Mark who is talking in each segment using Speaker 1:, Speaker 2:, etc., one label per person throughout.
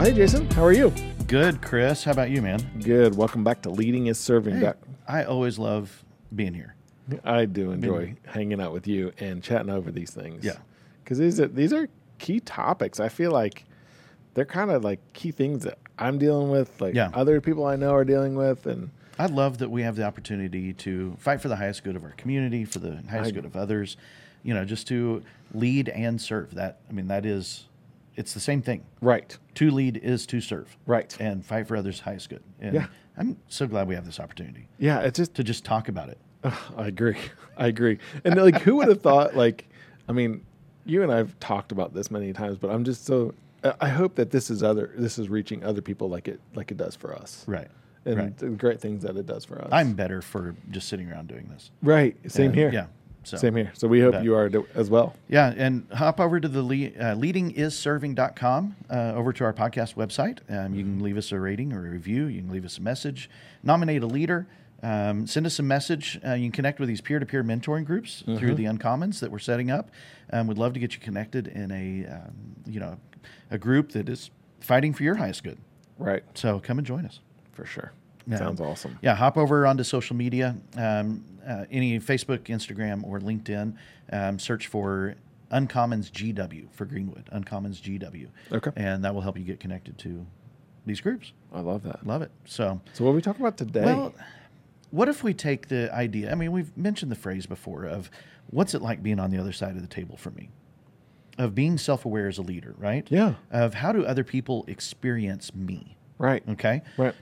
Speaker 1: Hey, Jason, how are you?
Speaker 2: Good, Chris. How about you, man?
Speaker 1: Good. Welcome back to Leading is Serving. Doc.
Speaker 2: I always love being here.
Speaker 1: I do enjoy hanging out with you and chatting over these things.
Speaker 2: Yeah.
Speaker 1: Because these are, these are key topics. I feel like they're kind of like key things that I'm dealing with, like
Speaker 2: Yeah.
Speaker 1: other people I know are dealing with. And
Speaker 2: I love that we have the opportunity to fight for the highest good of our community, for the highest
Speaker 1: I-
Speaker 2: good of others, you know, just to lead and serve. That, I mean, that is, it's the same thing.
Speaker 1: right.
Speaker 2: To lead is to serve.
Speaker 1: Right.
Speaker 2: And fight for others' highest good. And
Speaker 1: Yeah.
Speaker 2: I'm so glad we have this opportunity
Speaker 1: Yeah. It's just,
Speaker 2: to just talk about it.
Speaker 1: Ugh, I agree. I agree. And like, who would have thought? Like, I mean, you and I've talked about this many times, but I'm just so. I- I hope that this is other. This is reaching other people like it like it does for us,
Speaker 2: Right.
Speaker 1: and
Speaker 2: right.
Speaker 1: the great things that it does for us.
Speaker 2: I'm better for just sitting around doing this.
Speaker 1: right. Same
Speaker 2: And,
Speaker 1: here.
Speaker 2: Yeah. So.
Speaker 1: Same here. So we hope
Speaker 2: bet.
Speaker 1: you are do- as well.
Speaker 2: Yeah, and hop over to the le- uh, leadingisserving.com, uh, over to our podcast website. Um, you can leave us a rating or a review. You can leave us a message, nominate a leader, um, send us a message. Uh, you can connect with these peer to peer mentoring groups through the Uncommons that we're setting up. Um, we'd love to get you connected in a, um, you know, a group that is fighting for your highest good.
Speaker 1: Right.
Speaker 2: So come and join us.
Speaker 1: For sure.
Speaker 2: Yeah.
Speaker 1: Sounds awesome.
Speaker 2: Yeah, hop over onto social media, um, uh, any Facebook, Instagram, or LinkedIn. Um, search for Uncommons GW for Greenwood, Uncommons GW.
Speaker 1: Okay.
Speaker 2: And that will help you get connected to these groups.
Speaker 1: I love that.
Speaker 2: Love it. So,
Speaker 1: So what are we talking about today?
Speaker 2: well, what if we take the idea? I mean, we've mentioned the phrase before of what's it like being on the other side of the table for me? Of being self aware as a leader, right?
Speaker 1: yeah.
Speaker 2: Of how do other people experience me?
Speaker 1: Right.
Speaker 2: Okay.
Speaker 1: Right.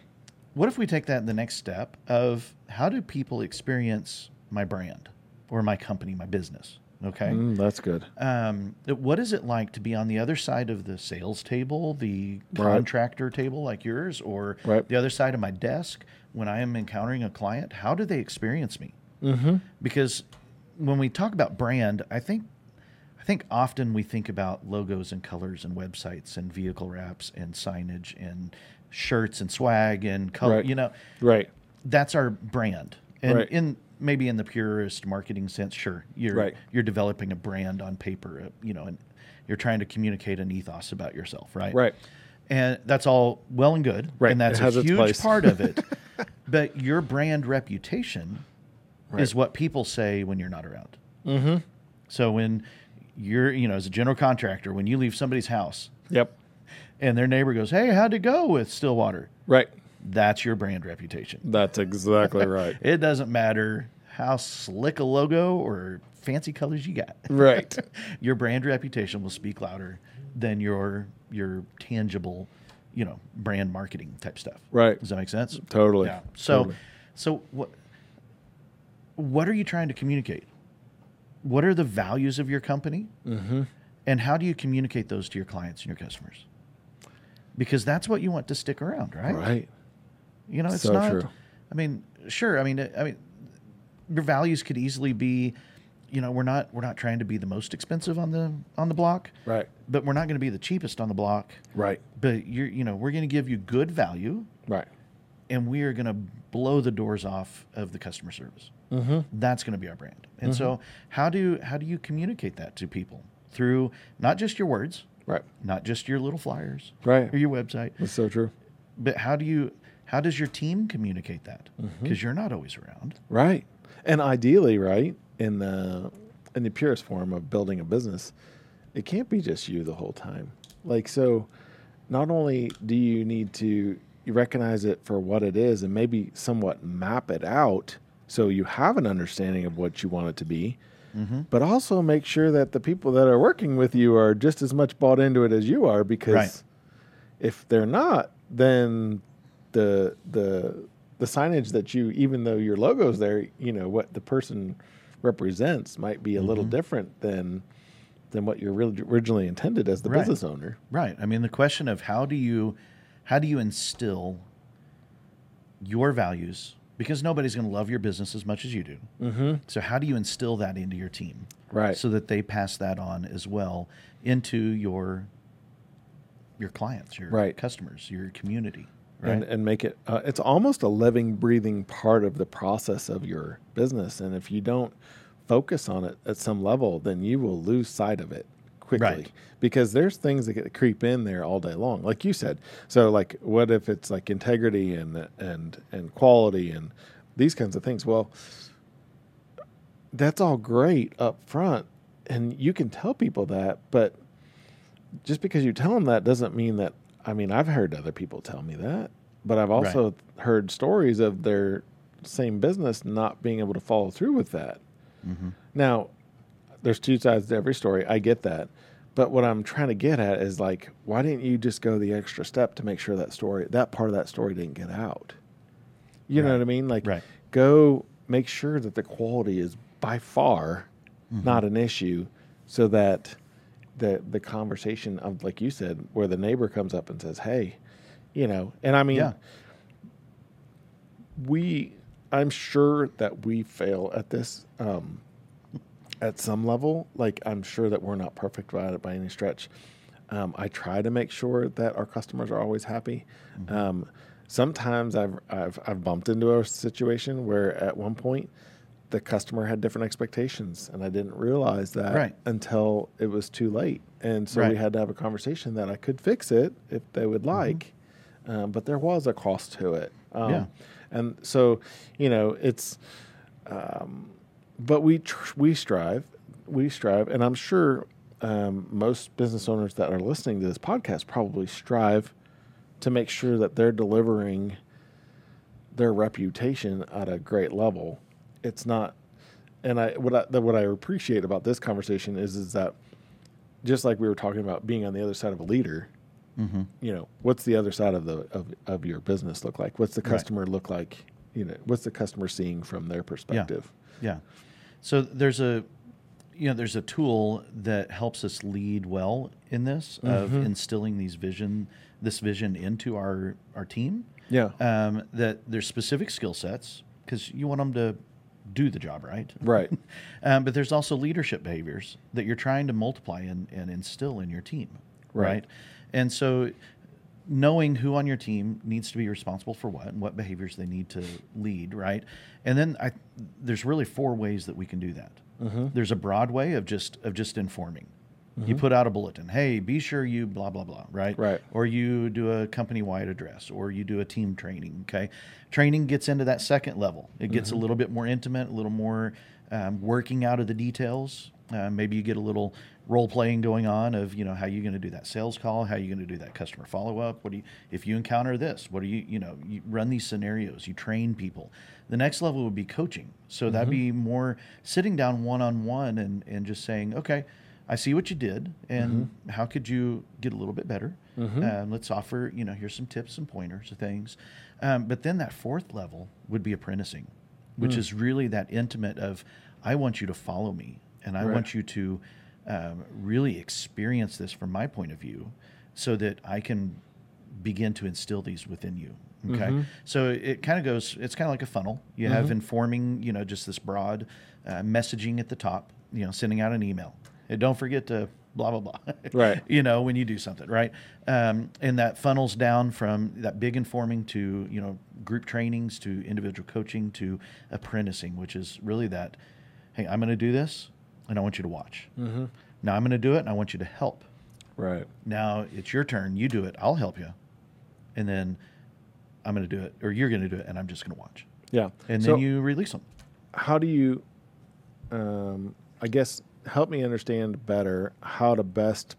Speaker 2: What if we take that the next step of how do people experience my brand or my company, my business? Okay.
Speaker 1: Mm, that's good.
Speaker 2: Um, what is it like to be on the other side of the sales table, the
Speaker 1: Right.
Speaker 2: contractor table like yours, or
Speaker 1: Right.
Speaker 2: the other side of my desk when I am encountering a client? How do they experience me?
Speaker 1: Mm-hmm.
Speaker 2: Because when we talk about brand, I think I think often we think about logos and colors and websites and vehicle wraps and signage and shirts and swag and color,
Speaker 1: Right.
Speaker 2: you know
Speaker 1: Right.
Speaker 2: that's our brand. And
Speaker 1: Right.
Speaker 2: in maybe in the purest marketing sense, sure, you're
Speaker 1: Right.
Speaker 2: you're developing a brand on paper, uh, you know, and you're trying to communicate an ethos about yourself, right?
Speaker 1: Right.
Speaker 2: And that's all well and good,
Speaker 1: Right.
Speaker 2: and that's
Speaker 1: It has
Speaker 2: a
Speaker 1: its
Speaker 2: huge
Speaker 1: place.
Speaker 2: part of it. but your brand reputation is
Speaker 1: Right.
Speaker 2: what people say when you're not around.
Speaker 1: Mm-hmm.
Speaker 2: So when you're, you know, as a general contractor, when you leave somebody's house
Speaker 1: Yep.
Speaker 2: and their neighbor goes, "Hey, how'd it go with Stillwater?"
Speaker 1: Right.
Speaker 2: That's your brand reputation.
Speaker 1: That's exactly right.
Speaker 2: It doesn't matter how slick a logo or fancy colors you got.
Speaker 1: Right.
Speaker 2: Your brand reputation will speak louder than your your tangible, you know, brand marketing type stuff.
Speaker 1: Right.
Speaker 2: Does that make sense?
Speaker 1: Totally.
Speaker 2: Yeah. So
Speaker 1: Totally.
Speaker 2: so what what are you trying to communicate? What are the values of your company?
Speaker 1: Mm-hmm.
Speaker 2: And how do you communicate those to your clients and your customers? Because that's what you want to stick around,
Speaker 1: Right.
Speaker 2: You know, it's
Speaker 1: So
Speaker 2: not.
Speaker 1: true.
Speaker 2: I mean, sure. I mean, I mean, your values could easily be, you know, we're not we're not trying to be the most expensive on the on the block,
Speaker 1: Right.
Speaker 2: but we're not going to be the cheapest on the block.
Speaker 1: Right.
Speaker 2: But you're, you know, we're going to give you good value,
Speaker 1: Right.
Speaker 2: and we are going to blow the doors off of the customer service.
Speaker 1: Mm-hmm.
Speaker 2: That's going to be our brand. And so, how do how do you communicate that to people through not just your words,
Speaker 1: Right.
Speaker 2: not just your little flyers
Speaker 1: Right.
Speaker 2: or your website,
Speaker 1: That's so true.
Speaker 2: but how do you how does your team communicate that
Speaker 1: Mm-hmm.
Speaker 2: because you're not always around
Speaker 1: Right. And ideally, right, in the in the purest form of building a business, it can't be just you the whole time. Like so not only do you need to recognize it for what it is and maybe somewhat map it out so you have an understanding of what you want it to be, but also make sure that the people that are working with you are just as much bought into it as you are because
Speaker 2: Right.
Speaker 1: if they're not, then the the the signage that you even though your logo's there, you know, what the person represents might be a little different than than what you're really originally intended as the
Speaker 2: Right.
Speaker 1: business owner.
Speaker 2: right i mean the question of how do you how do you instill your values because nobody's going to love your business as much as you do
Speaker 1: Mm-hmm.
Speaker 2: so how do you instill that into your team
Speaker 1: Right.
Speaker 2: so that they pass that on as well into your your clients your
Speaker 1: Right.
Speaker 2: customers your community right
Speaker 1: and, and make it uh, it's almost a living breathing part of the process of your business and if you don't focus on it at some level then you will lose sight of it quickly
Speaker 2: Right.
Speaker 1: because there's things that get creep in there all day long, like you said. So, like, what if it's like integrity and and and quality and these kinds of things? Well, that's all great up front, and you can tell people that, but just because you tell them that doesn't mean that. I mean, I've heard other people tell me that, but I've also heard stories of their same business not being able to follow through with that.
Speaker 2: hmm
Speaker 1: Now, there's two sides to every story. I get that. But what I'm trying to get at is like, why didn't you just go the extra step to make sure that story, that part of that story didn't get out? You know
Speaker 2: Right.
Speaker 1: what I mean? Like,
Speaker 2: Right.
Speaker 1: go make sure that the quality is by far
Speaker 2: Mm-hmm.
Speaker 1: not an issue so that the the conversation of like you said where the neighbor comes up and says hey you know and i mean
Speaker 2: Yeah.
Speaker 1: we i'm sure that we fail at this um at some level like i'm sure that we're not perfect by it by any stretch um, i try to make sure that our customers are always happy
Speaker 2: Mm-hmm.
Speaker 1: um, sometimes I've, I've i've bumped into a situation where at one point the customer had different expectations and i didn't realize that
Speaker 2: Right.
Speaker 1: until it was too late and so we
Speaker 2: Right.
Speaker 1: had to have a conversation that i could fix it if they would like um, but there was a cost to it um,
Speaker 2: Yeah.
Speaker 1: and so you know it's um, but we tr- we strive, we strive, and I'm sure um, most business owners that are listening to this podcast probably strive to make sure that they're delivering their reputation at a great level. It's not, and I what I the- what I appreciate about this conversation is is that just like we were talking about being on the other side of a leader,
Speaker 2: hmm
Speaker 1: you know, what's the other side of the of, of your business look like? What's the
Speaker 2: Right.
Speaker 1: customer look like? You know, what's the customer seeing from their perspective?
Speaker 2: Yeah. So there's a you know there's a tool that helps us lead well in this of instilling these vision this vision into our our team.
Speaker 1: Yeah.
Speaker 2: Um, that there's specific skill sets because you want them to do the job right.
Speaker 1: Right.
Speaker 2: Um, but there's also leadership behaviors that you're trying to multiply and, and instill in your team.
Speaker 1: Right.
Speaker 2: And so knowing who on your team needs to be responsible for what and what behaviors they need to lead, right? And then I, there's really four ways that we can do that.
Speaker 1: Mm-hmm.
Speaker 2: There's a broad way of just of just informing. You put out a bulletin, hey, be sure you blah blah blah, right?
Speaker 1: Right.
Speaker 2: Or you do a company wide address, or you do a team training. Okay, training gets into that second level. It gets a little bit more intimate, a little more um, working out of the details. Uh, maybe you get a little role playing going on of you know how you're going to do that sales call, how you're going to do that customer follow up. What do you if you encounter this? What do you you know you run these scenarios? You train people. The next level would be coaching. So that'd be more sitting down one on one and and just saying okay. I see what you did, and how could you get a little bit better? Um, let's offer, you know, here's some tips, some pointers, and things. Um, but then that fourth level would be apprenticing, which is really that intimate of, I want you to follow me, and I
Speaker 1: Right.
Speaker 2: want you to um, really experience this from my point of view, so that I can begin to instill these within you. Okay, so it kind of goes. It's kind of like a funnel. You have informing, you know, just this broad uh, messaging at the top. You know, sending out an email. And don't forget to blah blah blah.
Speaker 1: Right.
Speaker 2: you know, when you do something right, um, and that funnels down from that big informing to you know group trainings to individual coaching to apprenticing, which is really that. Hey, I'm going to do this, and I want you to watch. Mm-hmm. Now I'm going to do it, and I want you to help
Speaker 1: Right.
Speaker 2: now it's your turn. You do it. I'll help you. And then I'm going to do it, or you're going to do it, and I'm just going to watch.
Speaker 1: Yeah.
Speaker 2: And
Speaker 1: So
Speaker 2: then you release them.
Speaker 1: how do you, um, I guess, help me understand better how to best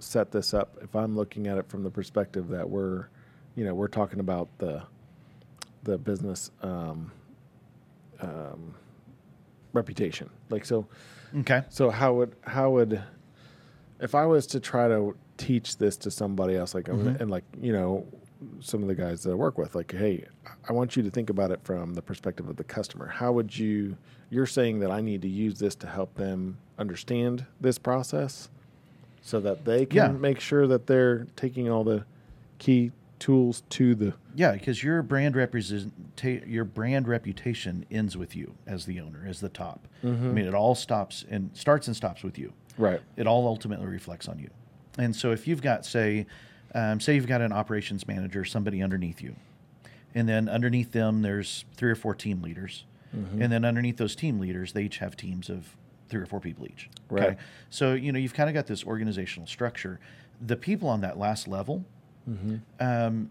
Speaker 1: set this up if I'm looking at it from the perspective that we're, you know, we're talking about the, the business um, um, reputation. Like so,
Speaker 2: Okay.
Speaker 1: so how would how would if I was to try to teach this to somebody else, like
Speaker 2: Mm-hmm.
Speaker 1: and like you know some of the guys that I work with, like hey, I want you to think about it from the perspective of the customer. How would you? You're saying that I need to use this to help them understand this process, so that they can
Speaker 2: Yeah.
Speaker 1: make sure that they're taking all the key tools to the
Speaker 2: Yeah, because your brand represent your brand reputation ends with you as the owner, as the top. I mean, it all stops and starts and stops with you.
Speaker 1: right.
Speaker 2: It all ultimately reflects on you. And so, if you've got, say, um, say you've got an operations manager, somebody underneath you, and then underneath them, there's three or four team leaders, and then underneath those team leaders, they each have teams of three or four people each.
Speaker 1: Right.
Speaker 2: So, you know, you've kind of got this organizational structure. The people on that last level, um,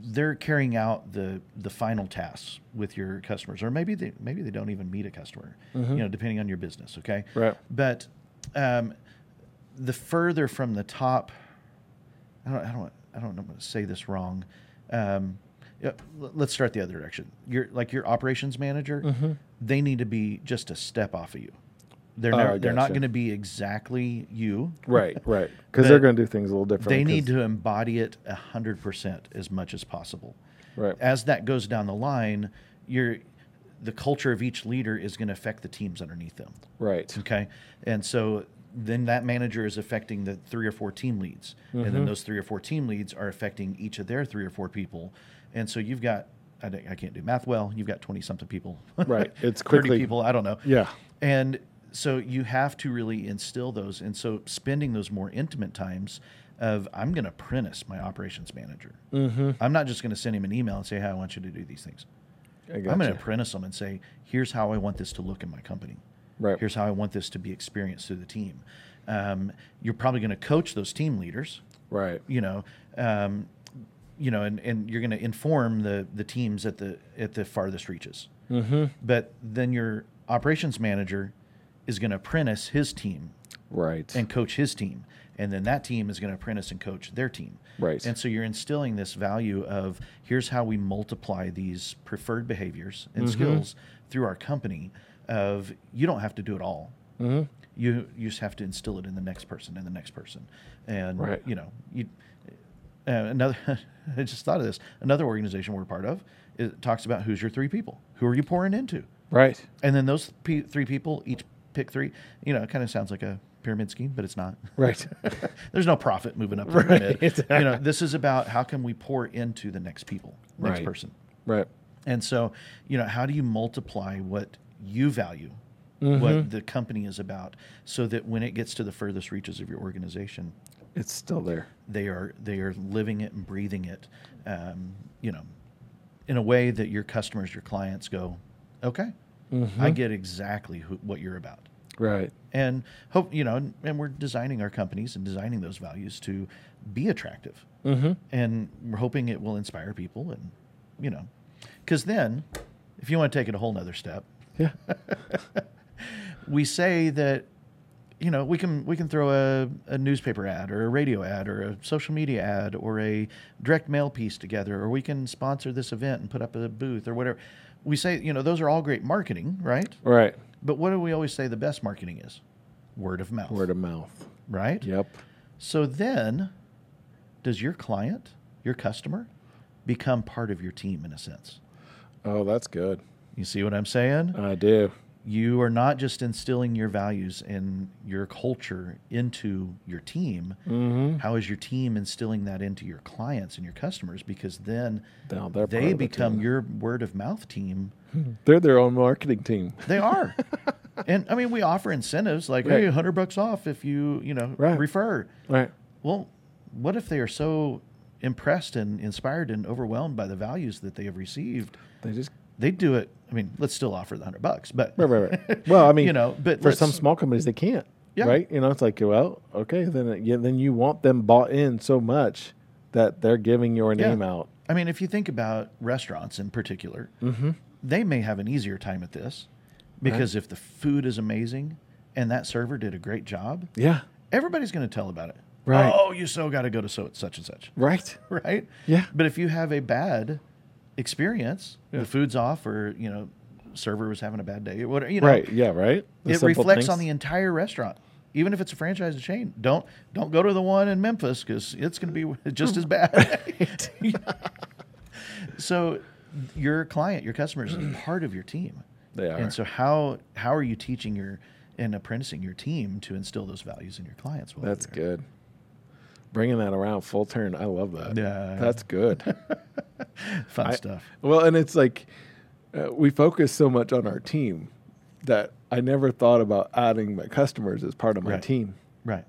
Speaker 2: they're carrying out the the final tasks with your customers, or maybe they maybe they don't even meet a customer, you know, depending on your business. Okay,
Speaker 1: Mm-hmm. Right.
Speaker 2: But um, the further from the top, I don't I don't I don't know if I'm going to say this wrong. Um, yeah, l- let's start the other direction. Your like your operations manager,
Speaker 1: Mm-hmm.
Speaker 2: they need to be just a step off of you. They're
Speaker 1: Oh, I
Speaker 2: never, they're not
Speaker 1: gotcha.
Speaker 2: going to be exactly you.
Speaker 1: Right, right. Because they're
Speaker 2: But
Speaker 1: going to do things a little different.
Speaker 2: They need
Speaker 1: 'cause-
Speaker 2: to embody it 100% as much as possible.
Speaker 1: Right.
Speaker 2: As that goes down the line, your the culture of each leader is going to affect the teams underneath them.
Speaker 1: Right.
Speaker 2: Okay. And so then that manager is affecting the three or four team leads. And
Speaker 1: Mm-hmm.
Speaker 2: then those three or four team leads are affecting each of their three or four people. And so you've got, I, don't- I can't do math well, you've got 20 something people.
Speaker 1: Right. It's
Speaker 2: 30
Speaker 1: quickly-
Speaker 2: people. I don't know.
Speaker 1: Yeah.
Speaker 2: And so you have to really instill those. And so spending those more intimate times of I'm going to apprentice my operations manager. I'm not just going to send him an email and say, hey, I want you to do these things.
Speaker 1: I
Speaker 2: I'm going
Speaker 1: gotcha.
Speaker 2: to apprentice them and say, here's how I want this to look in my company.
Speaker 1: Right.
Speaker 2: Here's how I want this to be experienced through the team. Um, you're probably going to coach those team leaders,
Speaker 1: Right.
Speaker 2: you know, um, you know, and, and you're going to inform the the teams at the at the farthest reaches. Mm-hmm. But then your operations manager is going to apprentice his team
Speaker 1: Right.
Speaker 2: and coach his team. And then that team is going to apprentice and coach their team.
Speaker 1: Right.
Speaker 2: And so you're instilling this value of here's how we multiply these preferred behaviors and
Speaker 1: Mm-hmm.
Speaker 2: skills through our company of you don't have to do it all. Mm-hmm. You, you just have to instill it in the next person and the next person. And,
Speaker 1: Right.
Speaker 2: you know, you, uh, another, I just thought of this. Another organization we're part of it talks about who's your three people? Who are you pouring into?
Speaker 1: right.
Speaker 2: And then those pe three people each pick three. You know, it kind of sounds like a pyramid scheme, but it's not.
Speaker 1: Right.
Speaker 2: There's no profit moving up the pyramid. You know, this is about how can we pour into the next people, next
Speaker 1: Right.
Speaker 2: person.
Speaker 1: right.
Speaker 2: And so, you know, how do you multiply what you value,
Speaker 1: Mm-hmm.
Speaker 2: what the company is about, so that when it gets to the furthest reaches of your organization,
Speaker 1: It's still there.
Speaker 2: they are they are living it and breathing it, um, you know, in a way that your customers, your clients go, okay, I get exactly who, what you're about
Speaker 1: Right.
Speaker 2: and hope you know and, and we're designing our companies and designing those values to be attractive mm-hmm. and we're hoping it will inspire people and you know because then if you want to take it a whole nother step
Speaker 1: Yeah.
Speaker 2: we say that you know we can we can throw a, a newspaper ad or a radio ad or a social media ad or a direct mail piece together or we can sponsor this event and put up a booth or whatever we say you know those are all great marketing right
Speaker 1: Right.
Speaker 2: but what do we always say the best marketing is word of mouth
Speaker 1: Word of mouth.
Speaker 2: right?
Speaker 1: Yep.
Speaker 2: So then, does your client, your customer, become part of your team in a sense?
Speaker 1: Oh, that's good.
Speaker 2: You see what I'm saying?
Speaker 1: I do.
Speaker 2: You are not just instilling your values and your culture into your team.
Speaker 1: Mm-hmm.
Speaker 2: How is your team instilling that into your clients and your customers? Because then
Speaker 1: Now they're part
Speaker 2: they
Speaker 1: of the
Speaker 2: become
Speaker 1: team.
Speaker 2: your word of mouth team.
Speaker 1: They're their own marketing team.
Speaker 2: They are. and I mean, we offer incentives like, hey,
Speaker 1: Right.
Speaker 2: 100 bucks off if you, you know,
Speaker 1: Right.
Speaker 2: refer.
Speaker 1: Right.
Speaker 2: Well, what if they are so impressed and inspired and overwhelmed by the values that they have received?
Speaker 1: They just
Speaker 2: They do it. I mean, let's still offer the hundred bucks, but
Speaker 1: right, right, right. Well, I mean,
Speaker 2: You know, but
Speaker 1: for some
Speaker 2: let's-
Speaker 1: small companies, they can't.
Speaker 2: Yeah.
Speaker 1: Right. You know, it's like, well, okay, then it- yeah, then you want them bought in so much that they're giving your
Speaker 2: Yeah.
Speaker 1: name out.
Speaker 2: I mean, if you think about restaurants in particular,
Speaker 1: Mm-hmm.
Speaker 2: they may have an easier time at this because if the food is amazing and that server did a great job,
Speaker 1: Yeah.
Speaker 2: everybody's going to tell about it.
Speaker 1: Right.
Speaker 2: Oh, you so got to go to so such and such.
Speaker 1: Right.
Speaker 2: right?
Speaker 1: Yeah.
Speaker 2: But if you have a bad experience, the food's off, or you know, server was having a bad day, or whatever. You know,
Speaker 1: Right. Yeah. Right. The
Speaker 2: It
Speaker 1: simple
Speaker 2: reflects
Speaker 1: things.
Speaker 2: on the entire restaurant, even if it's a franchise chain. Don't don't go to the one in Memphis because it's going to be just as bad. so, your client, your customers, is part of your team.
Speaker 1: They are.
Speaker 2: And so, how how are you teaching your and apprenticing your team to instill those values in your clients? while
Speaker 1: That's
Speaker 2: they're-
Speaker 1: good. Bringing that around full turn. I love that.
Speaker 2: Yeah.
Speaker 1: That's good.
Speaker 2: fun
Speaker 1: I-
Speaker 2: stuff.
Speaker 1: Well, and it's like uh, we focus so much on our team that I never thought about adding my customers as part of my
Speaker 2: Right.
Speaker 1: team.
Speaker 2: Right.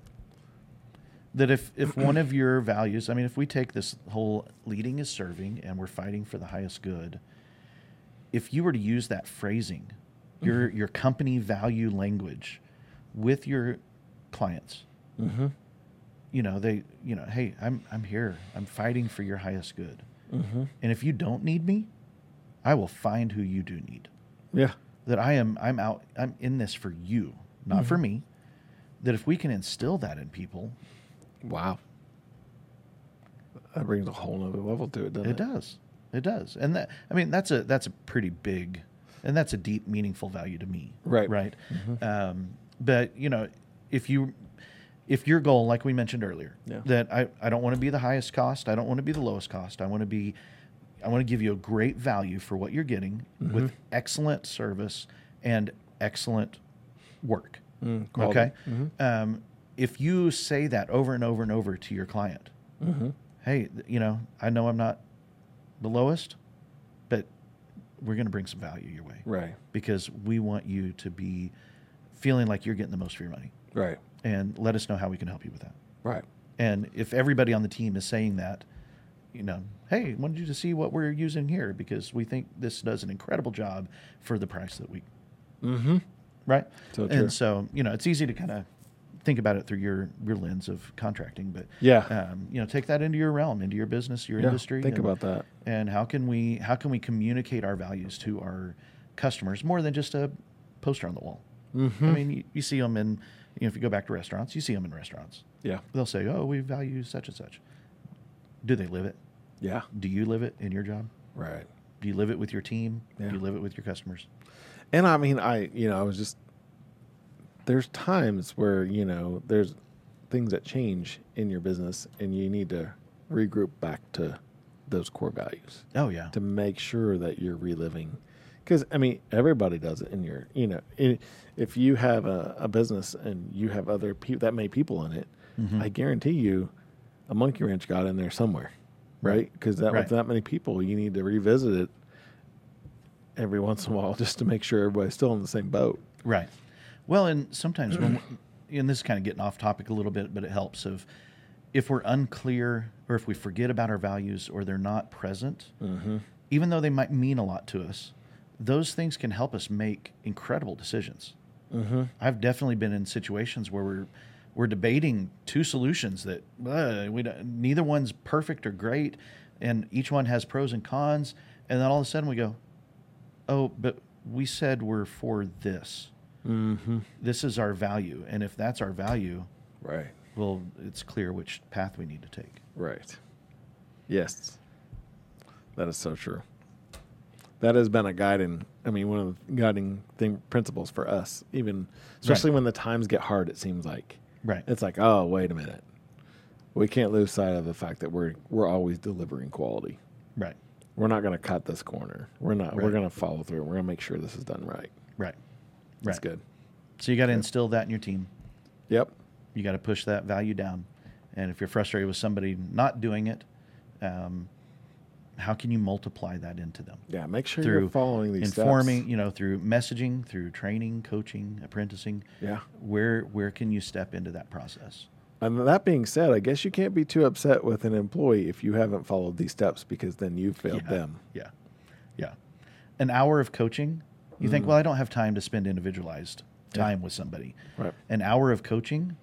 Speaker 2: That if, if one of your values, I mean, if we take this whole leading is serving and we're fighting for the highest good, if you were to use that phrasing your
Speaker 1: Mm-hmm.
Speaker 2: your company value language with your clients.
Speaker 1: Mm-hmm.
Speaker 2: You know, they you know, hey, I'm I'm here. I'm fighting for your highest good.
Speaker 1: Mm-hmm.
Speaker 2: And if you don't need me, I will find who you do need.
Speaker 1: Yeah.
Speaker 2: That I am I'm out I'm in this for you, not
Speaker 1: Mm-hmm.
Speaker 2: for me. That if we can instill that in people,
Speaker 1: Wow. That brings a whole nother level to it, doesn't it?
Speaker 2: it does. It does. And that I mean that's a that's a pretty big and that's a deep meaningful value to me.
Speaker 1: Right. Mm-hmm.
Speaker 2: Right. Um, but you know, if you if your goal, like we mentioned earlier,
Speaker 1: Yeah.
Speaker 2: that I, I don't want to be the highest cost, I don't want to be the lowest cost, I want to be I want to give you a great value for what you're getting
Speaker 1: Mm-hmm.
Speaker 2: with excellent service and excellent work.
Speaker 1: Mm, quality.
Speaker 2: Okay. Um, if you say that over and over and over to your client,
Speaker 1: Mm-hmm.
Speaker 2: hey, th- you know, I know I'm not the lowest, but we're going to bring some value your way
Speaker 1: Right.
Speaker 2: because we want you to be feeling like you're getting the most for your money.
Speaker 1: Right.
Speaker 2: And let us know how we can help you with that.
Speaker 1: Right.
Speaker 2: And if everybody on the team is saying that, you know, hey, wanted you to see what we're using here because we think this does an incredible job for the price that we
Speaker 1: Mm-hmm.
Speaker 2: right?
Speaker 1: So true.
Speaker 2: and so you know, it's easy to kind of think about it through your your lens of contracting, but
Speaker 1: Yeah.
Speaker 2: um, you know, take that into your realm, into your business, your
Speaker 1: Yeah,
Speaker 2: industry.
Speaker 1: Think
Speaker 2: and,
Speaker 1: about that.
Speaker 2: and how can we how can we communicate our values to our customers more than just a poster on the wall?
Speaker 1: Hmm.
Speaker 2: I
Speaker 1: Mm-hmm.
Speaker 2: mean, you, you see them in you know, if you go back to restaurants, you see them in restaurants.
Speaker 1: Yeah.
Speaker 2: They'll say, "Oh, we value such and such." Do they live it?
Speaker 1: Yeah.
Speaker 2: Do you live it in your job?
Speaker 1: Right.
Speaker 2: Do you live it with your team?
Speaker 1: Yeah.
Speaker 2: Do you live it with your customers?
Speaker 1: And I mean, I you know, I was just there's times where you know there's things that change in your business, and you need to regroup back to those core values
Speaker 2: Oh yeah,
Speaker 1: to make sure that you're reliving. Because I mean, everybody does it in your you know, i if you have a, a business and you have other people that many people in it, I guarantee you, a monkey wrench got in there somewhere, right? Because that
Speaker 2: Right.
Speaker 1: with that many people, you need to revisit it every once in a while just to make sure everybody's still in the same boat.
Speaker 2: Right. Well, and sometimes when, and this is kind of getting off topic a little bit, but it helps if if we're unclear or if we forget about our values or they're not present, even though they might mean a lot to us, those things can help us make incredible decisions. I've definitely been in situations where we're we're debating two solutions that uh, we don't, neither one's perfect or great, and each one has pros and cons, and then all of a sudden we go, oh, but we said we're for this. This is our value, and if that's our value,
Speaker 1: Right.
Speaker 2: well, it's clear which path we need to take.
Speaker 1: Right. Yes. That is so true. That has been a guiding, I mean, one of the guiding thing principles for us, even especially when the times get hard, it seems like.
Speaker 2: Right.
Speaker 1: It's like, oh, wait a minute. We can't lose sight of the fact that we're we're always delivering quality.
Speaker 2: Right.
Speaker 1: We're not going to cut this corner. We're not. We're
Speaker 2: Right.
Speaker 1: going to follow through. We're going to make sure this is done right.
Speaker 2: Right.
Speaker 1: That's
Speaker 2: Right.
Speaker 1: good.
Speaker 2: So you got to instill that in your team.
Speaker 1: Yep.
Speaker 2: You got to push that value down. And if you're frustrated with somebody not doing it, um, how can you multiply that into them?
Speaker 1: Yeah. Make sure
Speaker 2: Through
Speaker 1: you're following these steps.
Speaker 2: Informing, you know, through messaging, through training, coaching, apprenticing.
Speaker 1: Yeah.
Speaker 2: Where where can you step into that process?
Speaker 1: And that being said, I guess you can't be too upset with an employee if you haven't followed these steps because then you failed
Speaker 2: Yeah.
Speaker 1: them.
Speaker 2: Yeah. Yeah. An hour of coaching, you
Speaker 1: Mm.
Speaker 2: think, well, I don't have time to spend individualized time with somebody.
Speaker 1: Right.
Speaker 2: An hour of coaching,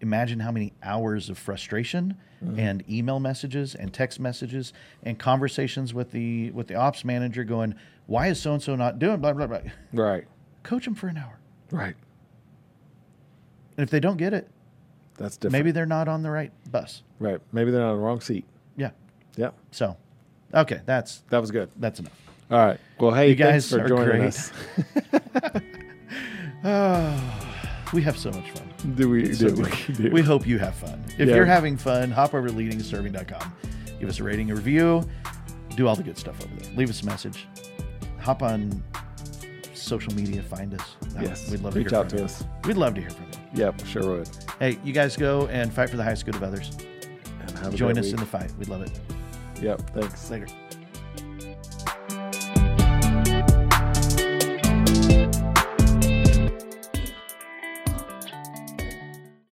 Speaker 2: imagine how many hours of frustration and email messages and text messages and conversations with the with the ops manager going, why is so and so not doing blah blah blah.
Speaker 1: Right.
Speaker 2: Coach them for an hour.
Speaker 1: Right.
Speaker 2: And if they don't get it,
Speaker 1: That's different.
Speaker 2: maybe they're not on the right bus.
Speaker 1: Right. Maybe they're on the wrong seat.
Speaker 2: Yeah.
Speaker 1: Yeah.
Speaker 2: So, okay, that's
Speaker 1: That was good.
Speaker 2: that's enough.
Speaker 1: All right. Well, hey,
Speaker 2: You
Speaker 1: thanks
Speaker 2: guys
Speaker 1: for
Speaker 2: are
Speaker 1: joining
Speaker 2: great.
Speaker 1: us.
Speaker 2: We have so much fun.
Speaker 1: Do we
Speaker 2: So
Speaker 1: do we do?
Speaker 2: we hope you have fun. If
Speaker 1: Yeah.
Speaker 2: you're having fun, hop over to leadingserving.com. Give us a rating, a review, do all the good stuff over there. Leave us a message. Hop on social media, find us. Uh,
Speaker 1: Yes.
Speaker 2: We'd love
Speaker 1: Reach
Speaker 2: to hear
Speaker 1: out to
Speaker 2: from you.
Speaker 1: us.
Speaker 2: We'd love to hear from you.
Speaker 1: Yep. Sure would.
Speaker 2: Hey, you guys go and fight for the highest good of others.
Speaker 1: And have a
Speaker 2: Join
Speaker 1: great
Speaker 2: us
Speaker 1: week.
Speaker 2: in the fight. We'd love it.
Speaker 1: Yep. Thanks.
Speaker 2: Later.